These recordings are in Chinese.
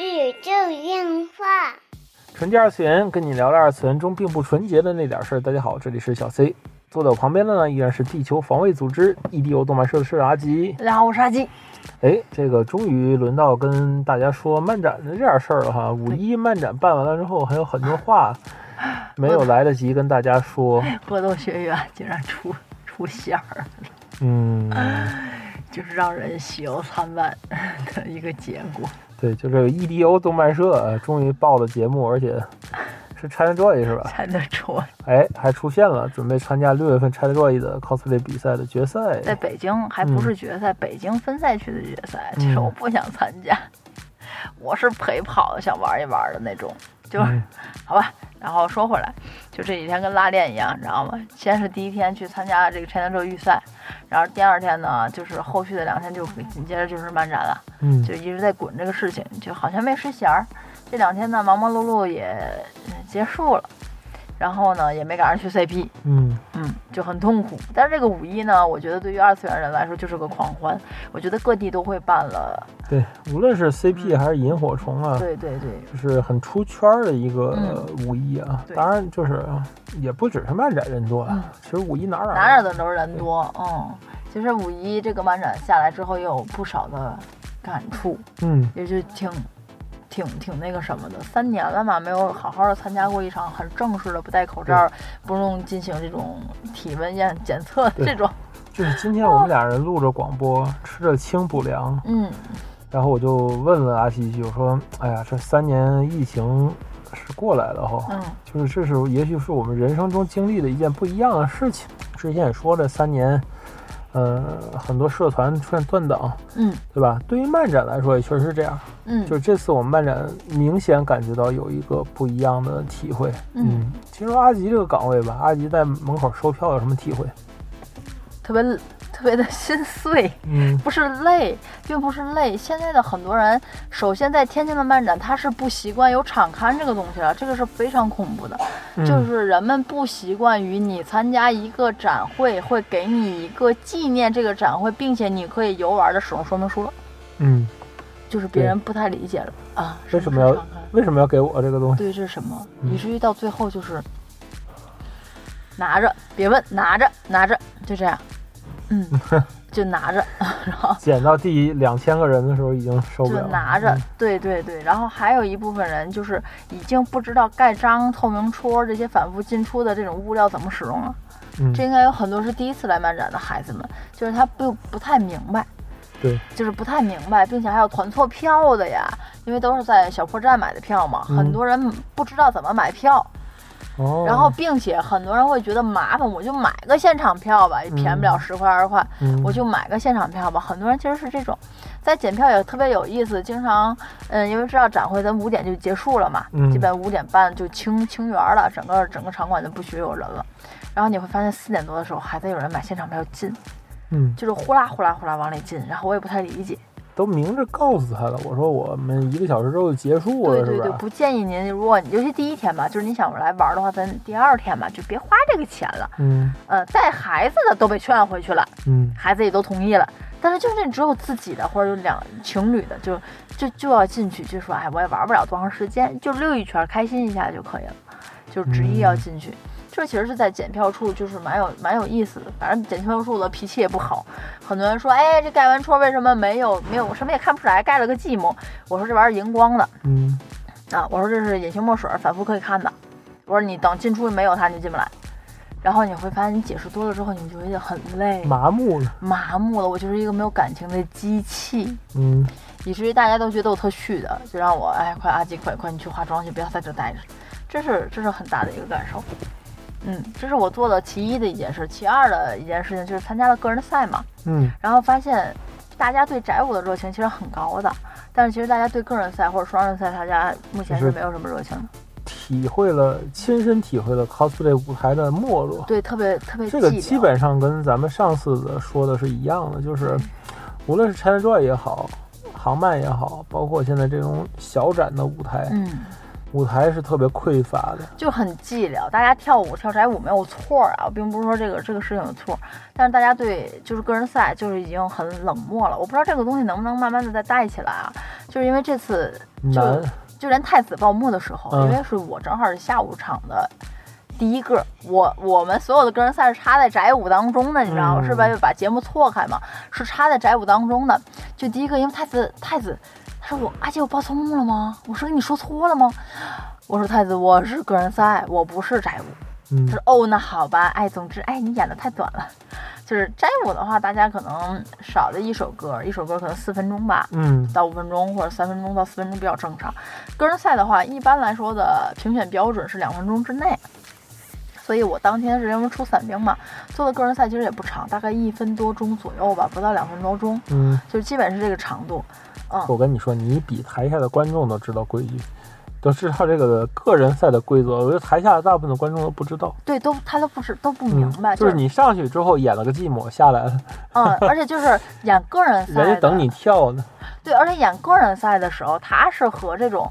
宇宙电话，纯洁二次元，跟你聊聊二次元中并不纯洁的那点事儿。大家好，这里是小 C，坐在我旁边的呢依然是地球防卫组织 EDO 动漫社的社长阿吉。大家好，我是阿基。哎，这个终于轮到跟大家说漫展的这点事儿了哈。五一漫展办完了之后，还有很多话没有来得及跟大家说。格斗学院竟然啊出出线儿，嗯，就是让人喜忧参半的一个结果。对，就这个 EDO 动漫社、呃终于报了节目，而且是 ChinaJoy 是吧？才能出哎，还出现了，准备参加六月份 ChinaJoy 的 cosplay 比赛的决赛。在北京还不是决赛，北京分赛区的决赛，嗯其实我不想参加，我是陪跑的，想玩一玩的那种，就是、嗯好吧。然后说回来，就这几天跟拉练一样，你知道吗？先是第一天去参加这个 China 周预赛，然后第二天呢，就是后续的两天就紧接着就是漫展了。嗯就一直在滚这个事情，就好像没时闲儿。这两天呢，忙忙碌碌也呃结束了，然后呢，也没赶上去 CP，嗯嗯，就很痛苦。但是这个五一呢，我觉得对于二次元人来说就是个狂欢，我觉得各地都会办了。对，无论是 CP 还是萤火虫啊，嗯对对对，就是很出圈儿的一个嗯呃五一啊。对当然，就是也不只是漫展人多啊，嗯其实五一哪儿哪哪都的都是人多，嗯。其实五一这个漫展下来之后，也有不少的感触，嗯也就挺。挺挺那个什么的，三年了嘛，没有好好的参加过一场很正式的不戴口罩、不用进行这种体温验检测对这种，就是今天我们俩人录着广播，吃着清补凉，嗯，然后我就问了阿西一句，我说：“哎呀，这三年疫情是过来了哈，嗯就是这是也许是我们人生中经历的一件不一样的事情。之前也说了，三年，呃，很多社团出现断档，嗯对吧？对于漫展来说也确实是这样。嗯，就是这次我们漫展明显感觉到有一个不一样的体会。嗯，其实阿吉这个岗位吧，阿吉在门口售票有什么体会？特别特别的心碎，嗯，不是累，并不是累。现在的很多人，首先在天津的漫展，他是不习惯有场刊这个东西了，这个是非常恐怖的。嗯就是人们不习惯于你参加一个展会，会给你一个纪念这个展会，并且你可以游玩的使用说明书了，嗯，就是别对人不太理解了啊。为什么要是场刊为什么要给我这个东西？对，这是什么？嗯以至于到最后就是拿着，别问，拿着，拿着，就这样， 嗯，就拿着， 然后减到第两千个人的时候已经受不就了嗯了，拿着，对对对。然后还有一部分人就是已经不知道盖章、透明戳这些反复进出的这种物料怎么使用了。嗯，这应该有很多是第一次来漫展的孩子们，就是他不不太明白。对，就是不太明白，并且还有团错票的呀，因为都是在小破站买的票嘛，很嗯多人不知道怎么买票，哦，然后，并且很多人会觉得麻烦，我就买个现场票吧，也便宜不了十块二十块，嗯、我就买个现场票吧。很多人其实是这种，在检票也特别有意思，经常，嗯，因为知道展会咱五点就结束了嘛，嗯基本五点半就清清园了，整个整个场馆就不许有人了。然后你会发现四点多的时候还在有人买现场票进，嗯，就是呼啦呼啦呼啦往里进，然后我也不太理解。都明着告诉他了，我说我们一个小时之后就结束对了，对是对，吧？不建议您，如果你尤其第一天吧，就是你想来玩的话，咱第二天吧就别花这个钱了。嗯呃，带孩子的都被劝回去了。嗯，孩子也都同意了。但是就是只有自己的或者有两情侣的，就就就要进去，就说哎，我也玩不了多长时间，就溜一圈，开心一下就可以了，就执意要进去。这其实是在检票处，就是蛮有蛮有意思的。反正检票处的脾气也不好，很多人说，哎，这盖完戳为什么没有没有什么也看不出来，盖了个寂寞。我说这玩意儿荧光的嗯啊，我说这是隐形墨水，反复可以看的。我说你等进出没有它，你就进不来。然后你会发现，你解释多了之后，你就会觉得很累，麻木了，麻木了，我就是一个没有感情的机器，嗯以至于大家都觉得我特絮的，就让我哎，快阿吉，快快你去化妆去，不要在这待着，这是这是很大的一个感受。嗯，这是我做的其一的一件事，其二的一件事情就是参加了个人赛嘛，嗯然后发现大家对宅舞的热情其实很高的，但是其实大家对个人赛或者双人赛，大家目前就是是没有什么热情的，体会了，亲身体会了 cosplay 舞台的没落。对，特别特别这个寂寥基本上跟咱们上次的说的是一样的，就是嗯无论是 ChinaJoy 也好，航漫也好，包括现在这种小展的舞台，嗯。舞台是特别匮乏的。就很寂寥。大家跳舞跳宅舞没有错啊，我并不是说这个这个事情有错，但是大家对就是个人赛就是已经很冷漠了。我不知道这个东西能不能慢慢的再带起来啊。就是因为这次就难，就连太子报幕的时候，嗯因为是我正好是下午场的第一个，我我们所有的个人赛是插在宅舞当中的，你知道吗？嗯是吧？就把节目错开嘛，是插在宅舞当中的。就第一个，因为太子太子，他说我阿姐我报错幕了吗？我说跟你说错了吗？我说太子，我是个人赛，我不是宅舞。嗯他说哦，那好吧，哎，总之，哎，你演的太短了。就是斋舞的话，大家可能少的一首歌，一首歌可能四分钟吧，嗯到五分钟或者三分钟到四分钟比较正常。个人赛的话，一般来说的评选标准是两分钟之内。所以我当天是因为出散兵嘛，做的个人赛其实也不长，大概一分多钟左右吧，不到两分多钟，嗯，就是基本是这个长度。我跟你说，你比台下的观众都知道规矩，都知道这个个人赛的规则。我觉得台下的大部分的观众都不知道，对，都他都不是都不明嗯白，，就是你上去之后演了个寂寞，下来了，嗯，而且就是演个人 赛，人家等你跳呢。对，而且演个人赛的时候，他是和这种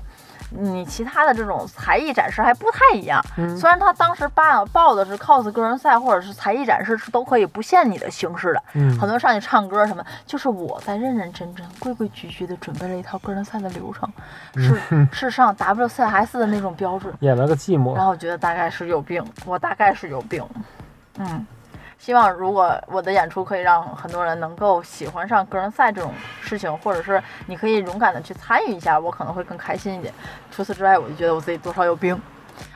你其他的这种才艺展示还不太一样。嗯虽然他当时办报的是 cos 个人赛或者是才艺展示，是都可以不限你的形式的。嗯很多上去唱歌什么，就是我在认认真真、规规矩矩的准备了一套个人赛的流程，是、嗯是上 WCS 的那种标准。演了个寂寞然，后我觉得大概是有病，我大概是有病，嗯，希望如果我的演出可以让很多人能够喜欢上个人赛这种事情，或者是你可以勇敢的去参与一下，我可能会更开心一点。除此之外，我就觉得我自己多少有病。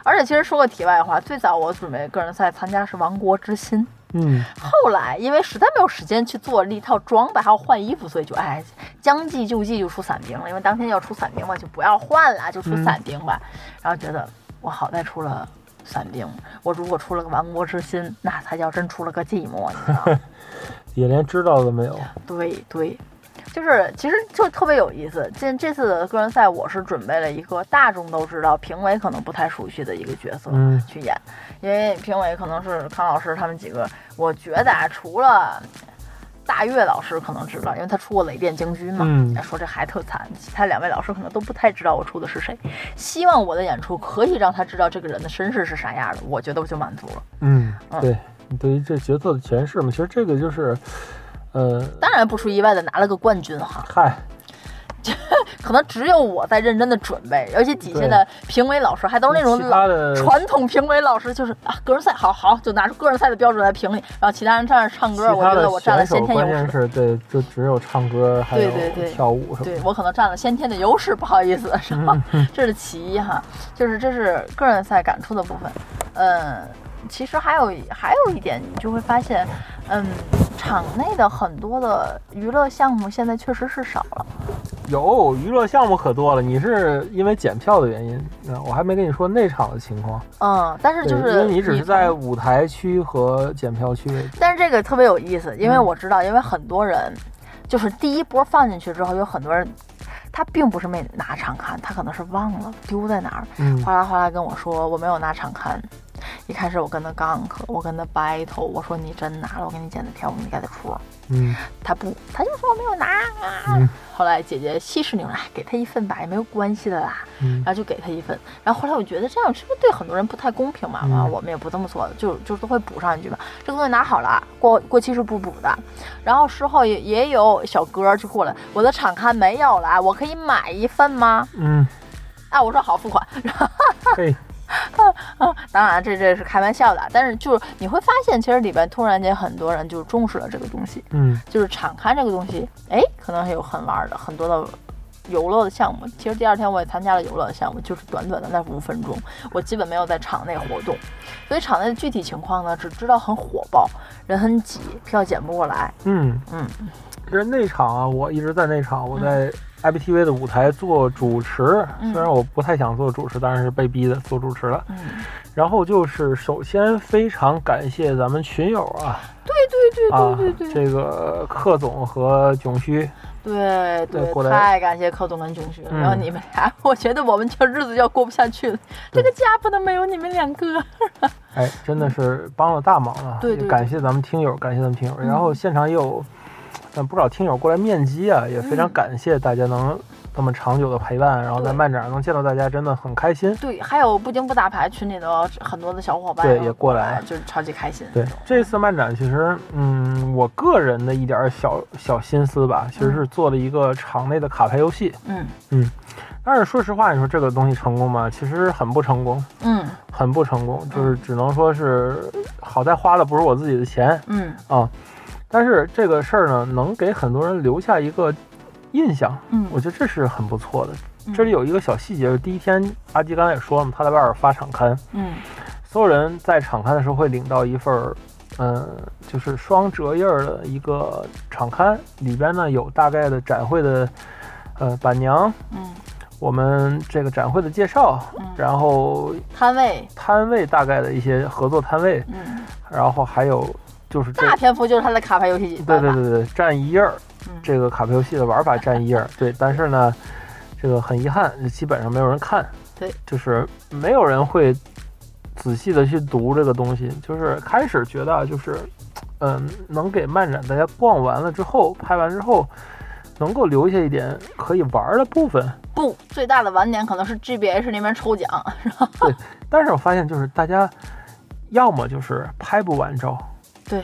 而且其实说个题外话，最早我准备个人赛参加是《亡国之心》，嗯，后来因为实在没有时间去做一套装扮，还要换衣服，所以就哎将计就计就出伞兵了。因为当天要出伞兵嘛，就不要换了，就出伞兵吧。然后觉得我好在出了伞兵，我如果出了个亡国之心，那他要真出了个寂寞，你知道吗？也连知道都没有。对对，就是其实就特别有意思。这这次的个人赛，我是准备了一个大众都知道、评委可能不太熟悉的一个角色嗯去演，因为评委可能是康老师他们几个，我觉得啊，除了。大岳老师可能知道，因为他出过《雷电将军》嘛，嗯说这孩子特惨。其他两位老师可能都不太知道我出的是谁。希望我的演出可以让他知道这个人的身世是啥样的，我觉得我就满足了。嗯嗯，对，你对于这角色的诠释嘛，其实这个就是，呃，当然不出意外的拿了个冠军哈。嗨，可能只有我在认真的准备，而且底下的评委老师还都是那种其老他的传统评委老师，就是啊，个人赛好好就拿出个人赛的标准来评理，然后其他人站那唱其歌，我觉他得的我占了选手先天关优键势，是对，就只有唱歌还有对对对跳舞什么对的。我可能占了先天的优势，不好意思，是 吧？这是其一哈，就是这是个人赛感触的部分，嗯。其实还有还有一点，你就会发现，嗯，场内的很多的娱乐项目现在确实是少了。有娱乐项目可多了，你是因为检票的原因，啊，我还没跟你说内场的情况，嗯，但是对，就因是为你只是从在舞台区和检票区为主。但是这个特别有意思，因为嗯我知道，因为很多人就是第一波放进去之后，有很多人他并不是没拿场刊，他可能是忘了丢在哪儿，嗯哗啦哗啦跟我说我没有拿场刊。一开始我跟他 gank，我跟他 battle，我说你真拿了，我给你剪的票，我们该再出。嗯，他不，他就说我没有拿、啊。嗯后来姐姐息事宁人，哎给他一份吧，也没有关系的啦。嗯然后就给他一份。然后后来我觉得这样是不是对很多人不太公平嘛？嗯啊，我们也不这么做，就就都会补上一句嘛。这个东西拿好了，过过期是不补的。然后事后也也有小哥就过来，我的场刊没有了，我可以买一份吗？嗯，啊，我说好付款。 然后嘿，当然这这是开玩笑的，但是就是你会发现，其实里边突然间很多人就重视了这个东西。嗯就是敞开这个东西，哎，可能还有很玩儿的很多的游乐的项目。其实第二天我也参加了游乐的项目，就是短短的那五分钟，我基本没有在场内活动。所以场内的具体情况呢，只知道很火爆，人很挤，票捡不过来。嗯嗯，其实内场啊，我一直在内场，我在 IPTV 的舞台做主持，嗯虽然我不太想做主持，但是被逼的做主持了。嗯，然后就是首先非常感谢咱们群友啊对啊对对，对对这个克总和囧须，对对对过来太感谢柯总跟囧学了，嗯然后你们俩，我觉得我们这日子要过不下去了，这对个家不能没有你们两个。哎，真的是帮了大忙啊！嗯对对也感谢咱们听友，感谢咱们听友。呃然后现场也有，嗯，不少听友过来面基啊，也非常感谢大家能这么长久的陪伴，然后在嗯对漫展能见到大家，真的很开心。对，还有不丁不打牌群里的很多的小伙伴对都也过过来了，就是超级开心。对，这次漫展其实，嗯，我个人的一点儿小小心思吧，其实是做了一个场内的卡牌游戏。嗯但是说实话，你说这个东西成功吗？其实很不成功，嗯很不成功，就是只能说是好在花的不是我自己的钱嗯啊。但是这个事儿呢，能给很多人留下一个印象，嗯，我觉得这是很不错的。嗯这里有一个小细节，第一天阿基刚才也说了嘛，他在外边发场刊，嗯所有人在场刊的时候会领到一份儿，嗯，就是双折页儿的一个场刊，里边呢有大概的展会的，呃，板娘，嗯我们这个展会的介绍，嗯，然后摊位摊位大概的一些合作摊位，嗯，然后还有就是这，大篇幅就是他的卡牌游戏对办对法，对对，占一页儿，嗯这个卡牌游戏的玩法占一页儿，对，但是呢，这个很遗憾，基本上没有人看，对，就是没有人会仔细的去读这个东西，就是开始觉得啊就是，嗯，能给漫展大家逛完了之后，拍完之后。能够留下一点可以玩儿的部分，不，最大的晚点可能是 GBH 那边抽奖，但是我发现就是大家要么就是拍不完照，对，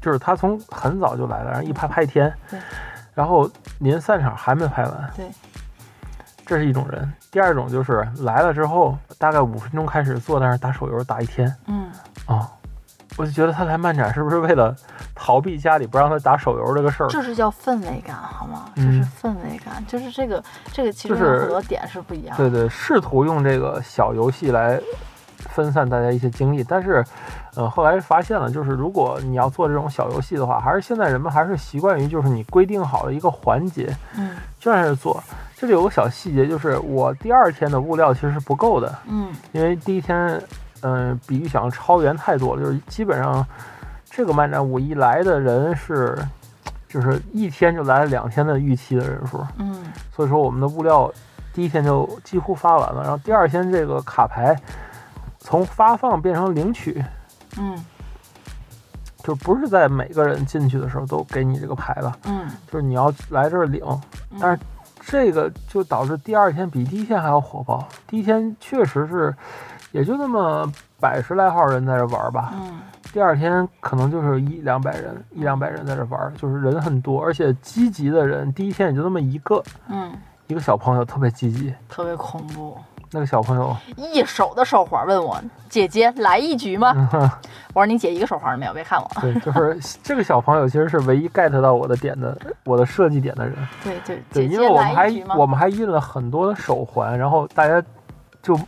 就是他从很早就来了，然后一拍拍一天，对然后临散场还没拍完，对，这是一种人。第二种就是来了之后，大概五分钟开始坐在那儿打手游打一天嗯，啊、我就觉得他来漫展是不是为了逃避家里不让他打手游这个事儿？就是叫氛围感，好吗？就嗯是氛围感，就是这个这个其中就是有很多点是不一样的。对对，试图用这个小游戏来分散大家一些精力，但是，呃，后来发现了，就是如果你要做这种小游戏的话，还是现在人们还是习惯于就是你规定好的一个环节，嗯就在那儿做。这里有个小细节，就是我第二天的物料其实是不够的，嗯因为第一天，嗯、比预想超员太多了，就是基本上这个漫展五一来的人是，就是一天就来了两天的预期的人数，嗯所以说我们的物料第一天就几乎发完了，然后第二天这个卡牌从发放变成领取，嗯就不是在每个人进去的时候都给你这个牌了，嗯就是你要来这儿领，但是这个就导致第二天比第一天还要火爆。第一天确实是，也就那么百十来号人在这玩儿吧。嗯第二天可能就是一两百人，一两百人在这玩儿，就是人很多，而且积极的人第一天也就那么一个，嗯，一个小朋友特别积极。特别恐怖。那个小朋友，一手的手环问我姐姐来一局吗？嗯我说你姐一个手环都没有，别看我。对，就是 这个小朋友，其实是唯一 get 到我的点的，我的设计点的人。对对，对，姐因姐为我们来还一局吗？我们还印了很多的手环，然后大家就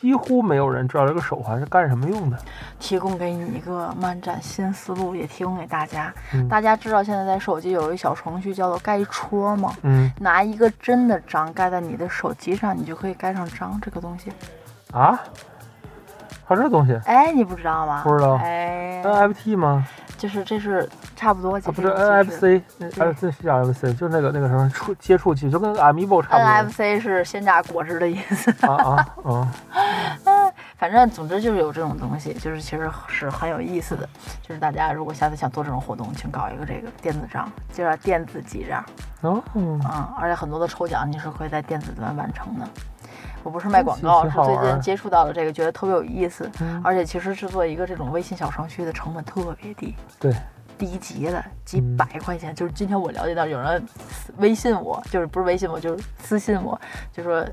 几乎没有人知道这个手环是干什么用的。提供给你一个漫展新思路，也提供给大家。嗯大家知道现在在手机有一小程序叫做盖戳吗？嗯拿一个真的章盖在你的手机上，你就可以盖上章这个东西。啊，还有这东西？哎，你不知道吗？不知道哎， NFT 吗？就是这是差不多，啊，就不这是个就是 NFC，那对 NFC 是叫 NFC，就是那个那个什么触接触器，就跟 Amiibo 差不 NFC 是鲜榨果汁的意思。 多。啊啊啊！反正总之就是有这种东西，就是其实是很有意思的。就是大家如果下次想做这种活动，请搞一个这个电子章，就叫电子记账。哦，嗯，而且很多的抽奖你是可以在电子端完成的。我不是卖广告，挺是好最玩近儿接触到了这个，觉得特别有意思。嗯而且其实制作一个这种微信小程序的成本特别低，对，低级了，几嗯百块钱。就是今天我了解到有人私微信我，就是不是微信我，就是私信我，就说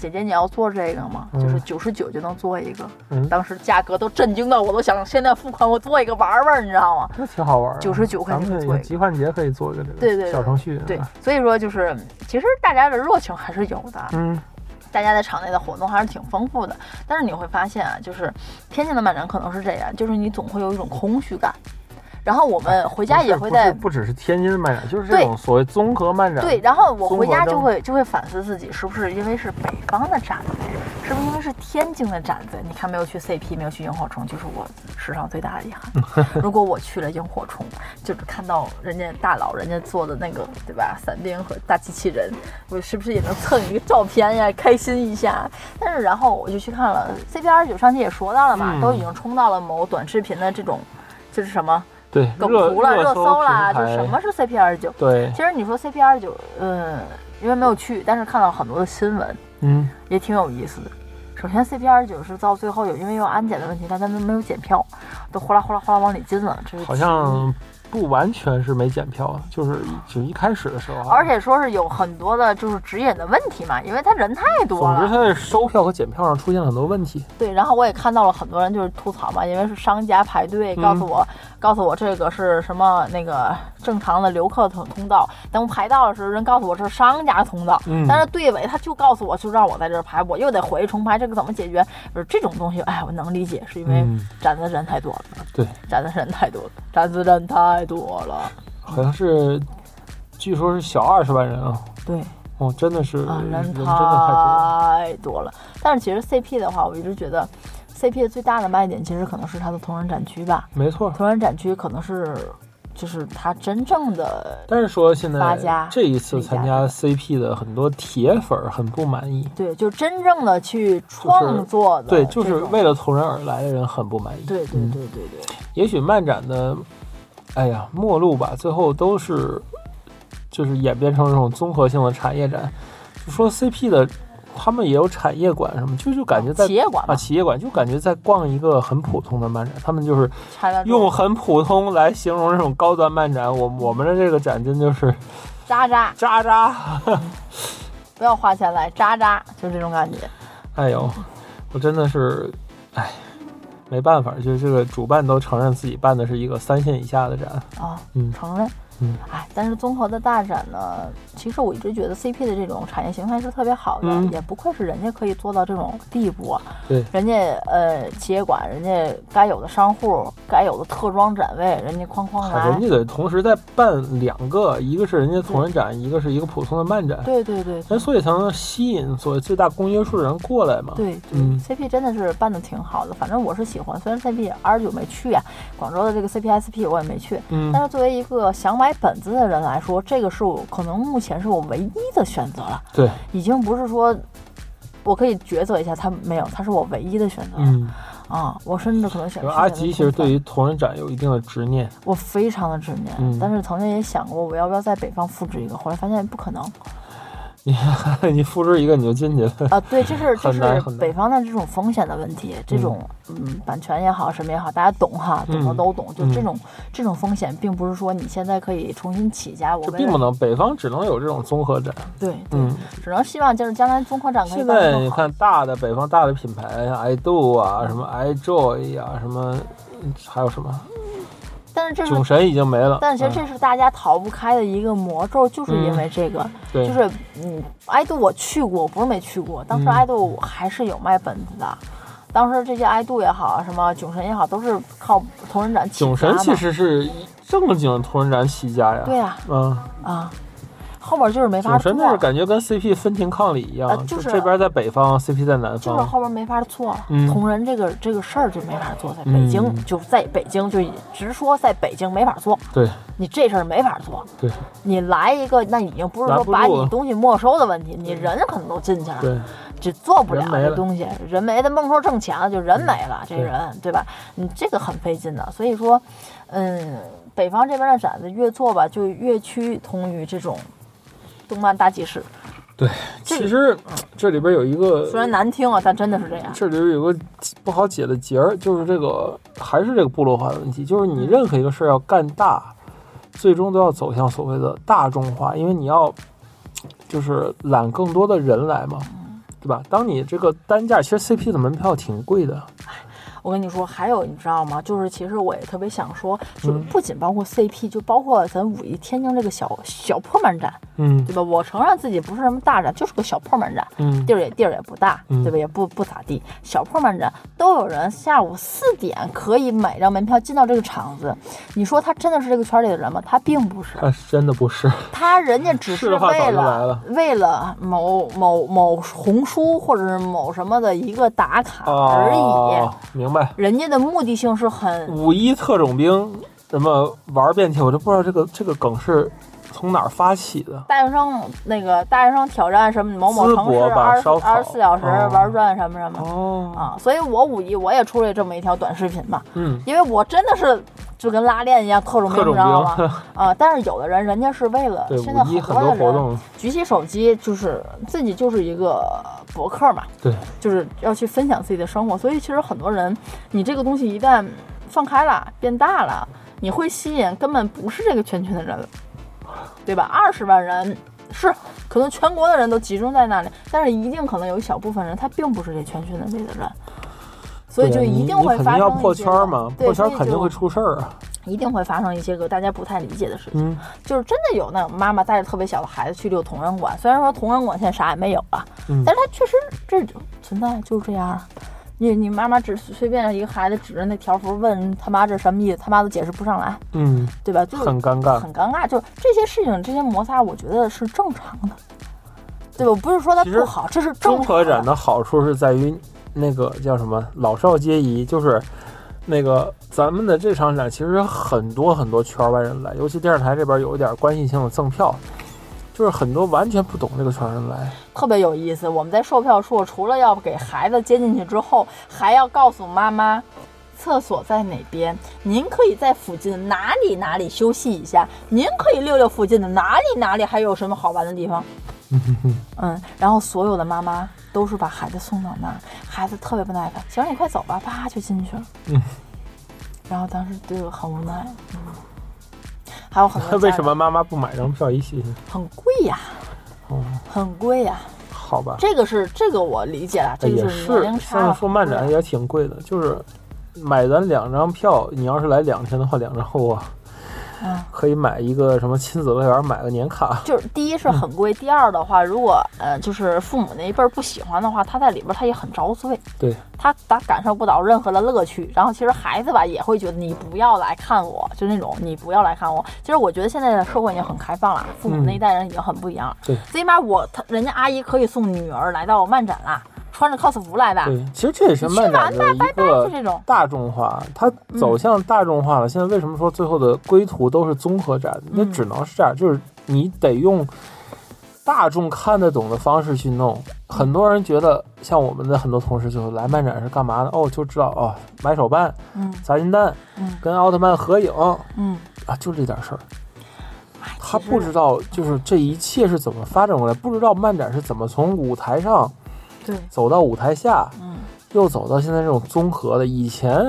姐姐你要做这个吗？嗯就是九十九就能做一个，嗯当时价格都震惊到我都想现在付款我做一个玩玩，你知道吗？那挺好玩儿啊。 99块咱钱们做一有个集换节可以做一个这对对对个小程序。啊对，所以说就是其实大家的热情还是有的，嗯大家在场内的活动还是挺丰富的。但是你会发现啊，就是天津的漫展可能是这样，就是你总会有一种空虚感。然后我们回家不是也会不在是不只是天津的漫展，就是这对种所谓综合漫展。对，然后我回家就综合会就会反思自己，是不是因为是北方的展子，是不是因为是天津的展子？你看没有去 CP，没有去萤火虫，就是我史上最大的 遗憾。如果我去了萤火虫，就是看到人家大佬人家做的那个，对吧？伞兵和大机器人，我是不是也能蹭一个照片呀，开心一下？但是然后我就去看了 CP 二十九，上期也说到了嘛，嗯都已经冲到了某短视频的这种，就是什么。对，梗热图了、热搜啦，平就台什么是 CP 二十九。对，其实你说 CP 二十九，嗯，因为没有去，但是看到很多的新闻，嗯也挺有意思的。首先，CP 二十九是到最后有因为有安检的问题，但他们没有检票，都哗啦哗啦哗啦往里进了。这是好其一像不完全是没检票，就是只一开始的时候啊，而且说是有很多的就是指引的问题嘛，因为他人太多总之了。它在收票和检票上出现了很多问题。对，然后我也看到了很多人就是吐槽嘛，因为是商家排队嗯告诉我，告诉我这个是什么那个正常的游客通通道，等我排到的时候，人告诉我这是商家通道，嗯但是队尾他就告诉我就让我在这儿排，我又得回去重排，这个怎么解决？就是这种东西，哎，我能理解，是因为嗯站的人太多了，对，站的人太多了，站的人太多了，好像是，据说是小二十万人啊，对。哦，真的是、啊，人人真的太多了。太多了。但是其实 CP 的话，我一直觉得 CP 的最大的卖点其实可能是它的同人展区吧。没错，同人展区可能是就是它真正的但是说现发在家这一次参加立 CP 的很多铁粉儿很不满意，对，就真正的去创作的对，这种、就是为了同人而来的人很不满意。对对嗯对对对，也许漫展的，哎呀，末路吧，最后都是就是演变成这种综合性的产业展。就说 CP 的，他们也有产业馆什么，就就感觉在哦企业馆嘛啊，企业馆就感觉在逛一个很普通的漫展，他们就是拆了用很普通来形容这种高端漫展。我我们的这个展真就是渣渣，渣渣，不要花钱来渣渣，就这种感觉。哎呦，我真的是，哎，没办法，就是这个主办都承认自己办的是一个三线以下的展，啊，嗯承认。嗯，哎，但是综合的大展呢，其实我一直觉得 CP 的这种产业形态是特别好的，嗯也不愧是人家可以做到这种地步啊。对人家呃企业馆，人家该有的商户，该有的特装展位，人家哐哐啊来人。家得同时在办两个，一个是人家同人展，一个是一个普通的漫展，对对对那所以才能吸引所谓最大公约数的人过来嘛。对对、嗯 c p 真的是办的挺好的，反正我是喜欢。虽然 CP 二十九没去啊，广州的这个 CPSP 我也没去，嗯但，是作为一个想买本子的人来说，这个是我可能目前是我唯一的选择了。对，已经不是说我可以抉择一下，他没有，他是我唯一的选择、嗯，啊！我甚至可能选然后阿选择吉空其实泛对于同人展有一定的执念， 我非常的执念、嗯但是曾经也想过我要不要在北方复制一个，后来发现不可能你复制一个你就进去了。啊。对，这是这很难很是难北方的这种风险的问题，这种嗯版权也好，什么也好，大家懂哈，懂的嗯都懂。就嗯这种这种风险，并不是说你现在可以重新起家，我这为并了不能，北方只能有这种综合展。对对、嗯，只能希望就是将来综合展可以现办得在更你好看大的北方大的品牌像，ido 啊，什么 ijoy 啊，什么嗯还有什么但是这是囧神已经没了。嗯嗯但其实这是大家逃不开的一个魔咒，就是因为这个，嗯对就是嗯，爱豆我去过，不是没去过，当时嗯爱豆还是有卖本子的。当时这些爱豆也好，什么囧神也好，都是靠同人展起家囧嘛。神其实是正经的同人展起家呀。对呀嗯，啊，后面就是没法囧做神，那是感觉跟 CP 分庭抗礼一呃样，就是这边在北方，CP 在南就是方。后面没法做了。哦嗯同人这个这个事儿就没法做，在北嗯京、就在北京就直说在北京没法做，对你这事儿没法做。对你来一个，那已经不是拦说不把住你了东西没收的问题，你人可能都进去了。对，这做不了人没这了嗯东西，人没的，梦说挣钱了，就人没了，这对人对吧？你这个很费劲的，所以说，嗯，北方这边的展子越做吧，就越趋同于这种动漫大集市，这嗯其实这里边有一个虽然难听啊，但真的是这样。这里有个不好解的结儿，就是这个还是这个部落化的问题，就是嗯你任何一个事儿要干大，最终都要走向所谓的大众化，因为你要就是揽更多的人来嘛，嗯对吧？当你这个单价，其实 CP 的门票挺贵的，我跟你说，还有你知道吗？就是其实我也特别想说，就是嗯不仅包括 CP，、就包括咱五一天津这个小小破漫展，嗯对吧？我承认自己不是什么大展，就是个小破漫展，嗯地，儿也地儿也不大，嗯对吧？也不不咋地，小破漫展都有人下午四点可以买张门票进到这个场子。你说他真的是这个圈里的人吗？他并不是，但是真的不是，他人家只是是的话为早就来了了为了某某某红书或者是某什么的一个打卡而已，哦，明白。人家的目的性是很。五一特种兵什么玩遍体，我都不知道这个这个梗是从哪儿发起的。大学生那个大学生挑战什么某某淄城市博吧二烧烤二十四小时哦玩转什么什么、哦，啊，所以我五一我也出了这么一条短视频嘛，嗯，因为我真的是就跟拉练一样特种特兵，你种知道吗？兵，啊，但是有的人人家是为了对现在五一很多多的活人动，举起手机就是自己就是一个博客嘛，对，就是要去分享自己的生活，所以其实很多人，你这个东西一旦放开了变大了，你会吸引根本不是这个圈圈的人，对吧？二十万人是可能全国的人都集中在那里，但是一定可能有一小部分人他并不是这圈圈的里的人，所以就对一你定你会肯发定生要一破些圈儿嘛，对破圈儿所以肯定就会出事儿啊。一定会发生一些个大家不太理解的事情。嗯，就是真的有那种妈妈带着特别小的孩子去遛同人馆，虽然说同人馆现在啥也没有了，嗯但是它确实这就存在就是这样啊。你你妈妈只随便一个孩子指着那条幅问他妈这什么意思，他妈都解释不上来，嗯，对吧？就很尴尬。很尴尬，就这些事情这些摩擦，我觉得是正常的，对吧？我不是说它其实不好，这是正综合常展的好处是在于那个叫什么老少皆宜，就是那个咱们的这场展其实很多很多圈外人来，尤其电视台这边有一点关系性的赠票，就是很多完全不懂这个圈人来。特别有意思。我们在售票处，除了要给孩子接进去之后，还要告诉妈妈厕所在哪边，您可以在附近哪里哪里休息一下，您可以溜溜附近的哪里哪里还有什么好玩的地方。嗯，然后所有的妈妈都是把孩子送到那儿，孩子特别不耐烦，行，你快走吧，啪就进去了。嗯，然后当时就很无奈。嗯，还有很多 为家什长么妈妈不买张票一起？很贵呀、哦，很贵呀、好吧，哎这个是这个我理解啊了，这个也就是年是龄，现在差。说漫展，也挺贵的，就是。买咱两张票，你要是来两天的话，两张我嗯，可以买一个什么亲子乐园，买个年卡。就是第一是嗯很贵，第二的话，如果呃就是父母那一辈儿不喜欢的话，他在里边儿他也很遭罪，对，他他感受不到任何的乐趣。然后其实孩子吧也会觉得你不要来看我，就那种你不要来看我。其实我觉得现在的社会已经很开放了，父母那嗯一代人已经很不一样了。对最起码我他人家阿姨可以送女儿来到漫展啦，穿着 cos 服来的，对，其实这也是你去漫展玩的吧，一拜拜，个就这种。嗯大众化，它走向大众化了。现在为什么说最后的归途都是综合展？那嗯只能是这样，就是你得用大众看得懂的方式去弄。很多人觉得，像我们的很多同事，最后来漫展是干嘛的？哦，就知道哦，买手办、嗯砸金蛋、嗯跟奥特曼合影啊，嗯，就这点事儿。哎他其实不知道，就是这一切是怎么发展过来，不知道漫展是怎么从舞台上对，走到舞台下，嗯。又走到现在这种综合的。以前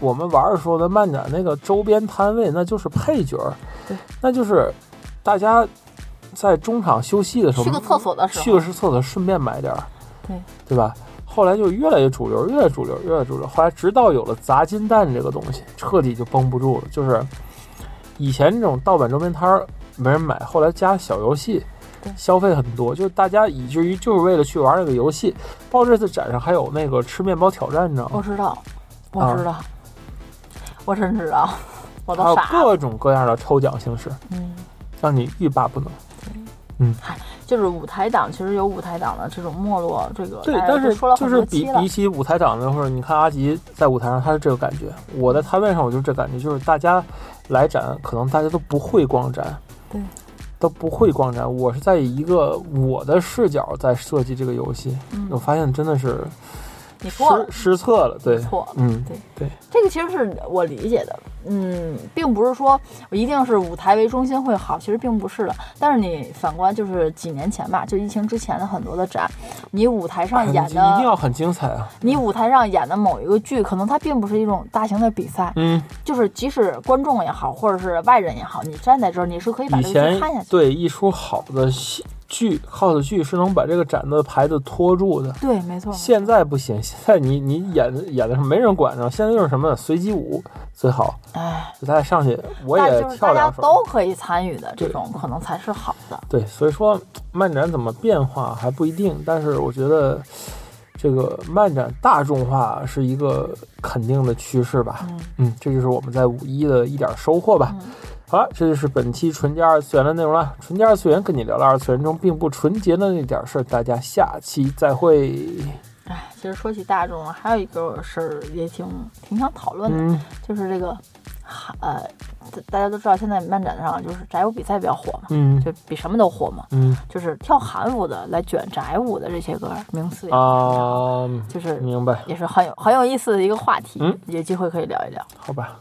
我们玩的时候的漫展那个周边摊位，那就是配角儿，对，那就是大家在中场休息的时候去个厕所的时候，去个厕所，顺便买点儿，对对吧？后来就越来越主流，越来越主流，越来越主流。后来直到有了砸金蛋这个东西，彻底就绷不住了。就是以前这种盗版周边摊儿没人买，后来加小游戏对，消费很多，就是大家以至于就是为了去玩那个游戏。包括这次展上还有那个吃面包挑战，你知道我吗？知道，我啊知道，我真知道，我还都有傻了。各种各样的抽奖形式，嗯，让你欲罢不能。就是舞台党，其实有舞台党的这种没落，这个对大，家但都是哎说了就很是多比期了比。起舞台党的或者你看阿吉在舞台上，他是这个感觉；我在摊位上，我就是这感觉，就是大家来展，可能大家都不会逛展，对，都不会逛展。我是在以一个我的视角在设计这个游戏，我嗯，发现真的是你错失了，失策了，对，错了。嗯，对对，这个其实是我理解的，嗯，并不是说我一定是舞台为中心会好，其实并不是的。但是你反观就是几年前吧，就疫情之前的很多的展，你舞台上很演一定的，要很精彩啊，你舞台上演的某一个剧，可能它并不是一种大型的比赛，嗯，就是即使观众也好，或者是外人也好，你站在这儿，你是可以把以这个前剧看下去。对一出好的戏剧，好的剧是能把这个展的牌子拖住的，对，没错。现在不行，现在你你演演的是没人管着，现在就是什么呢随机舞最好，哎，就大家上去我那也就是跳大家两首。都可以参与的这对种，可能才是好的。对，所以说漫展怎么变化还不一定，但是我觉得这个漫展大众化是一个肯定的趋势吧。嗯嗯，这就是我们在五一的一点收获吧。嗯好了，这就是本期纯洁二次元的内容了。纯洁二次元跟你聊聊二次元中并不纯洁的那点事儿，大家下期再会。哎，其实说起大众啊，还有一个事儿也挺挺想讨论的，嗯，就是这个，呃，大大家都知道现在漫展上就是宅舞比赛比较火嘛，嗯就比什么都火嘛，嗯就是跳韩舞的来卷宅舞的这些个名次也，啊，就是明白，也是很有很有意思的一个话题，嗯有机会可以聊一聊。好吧。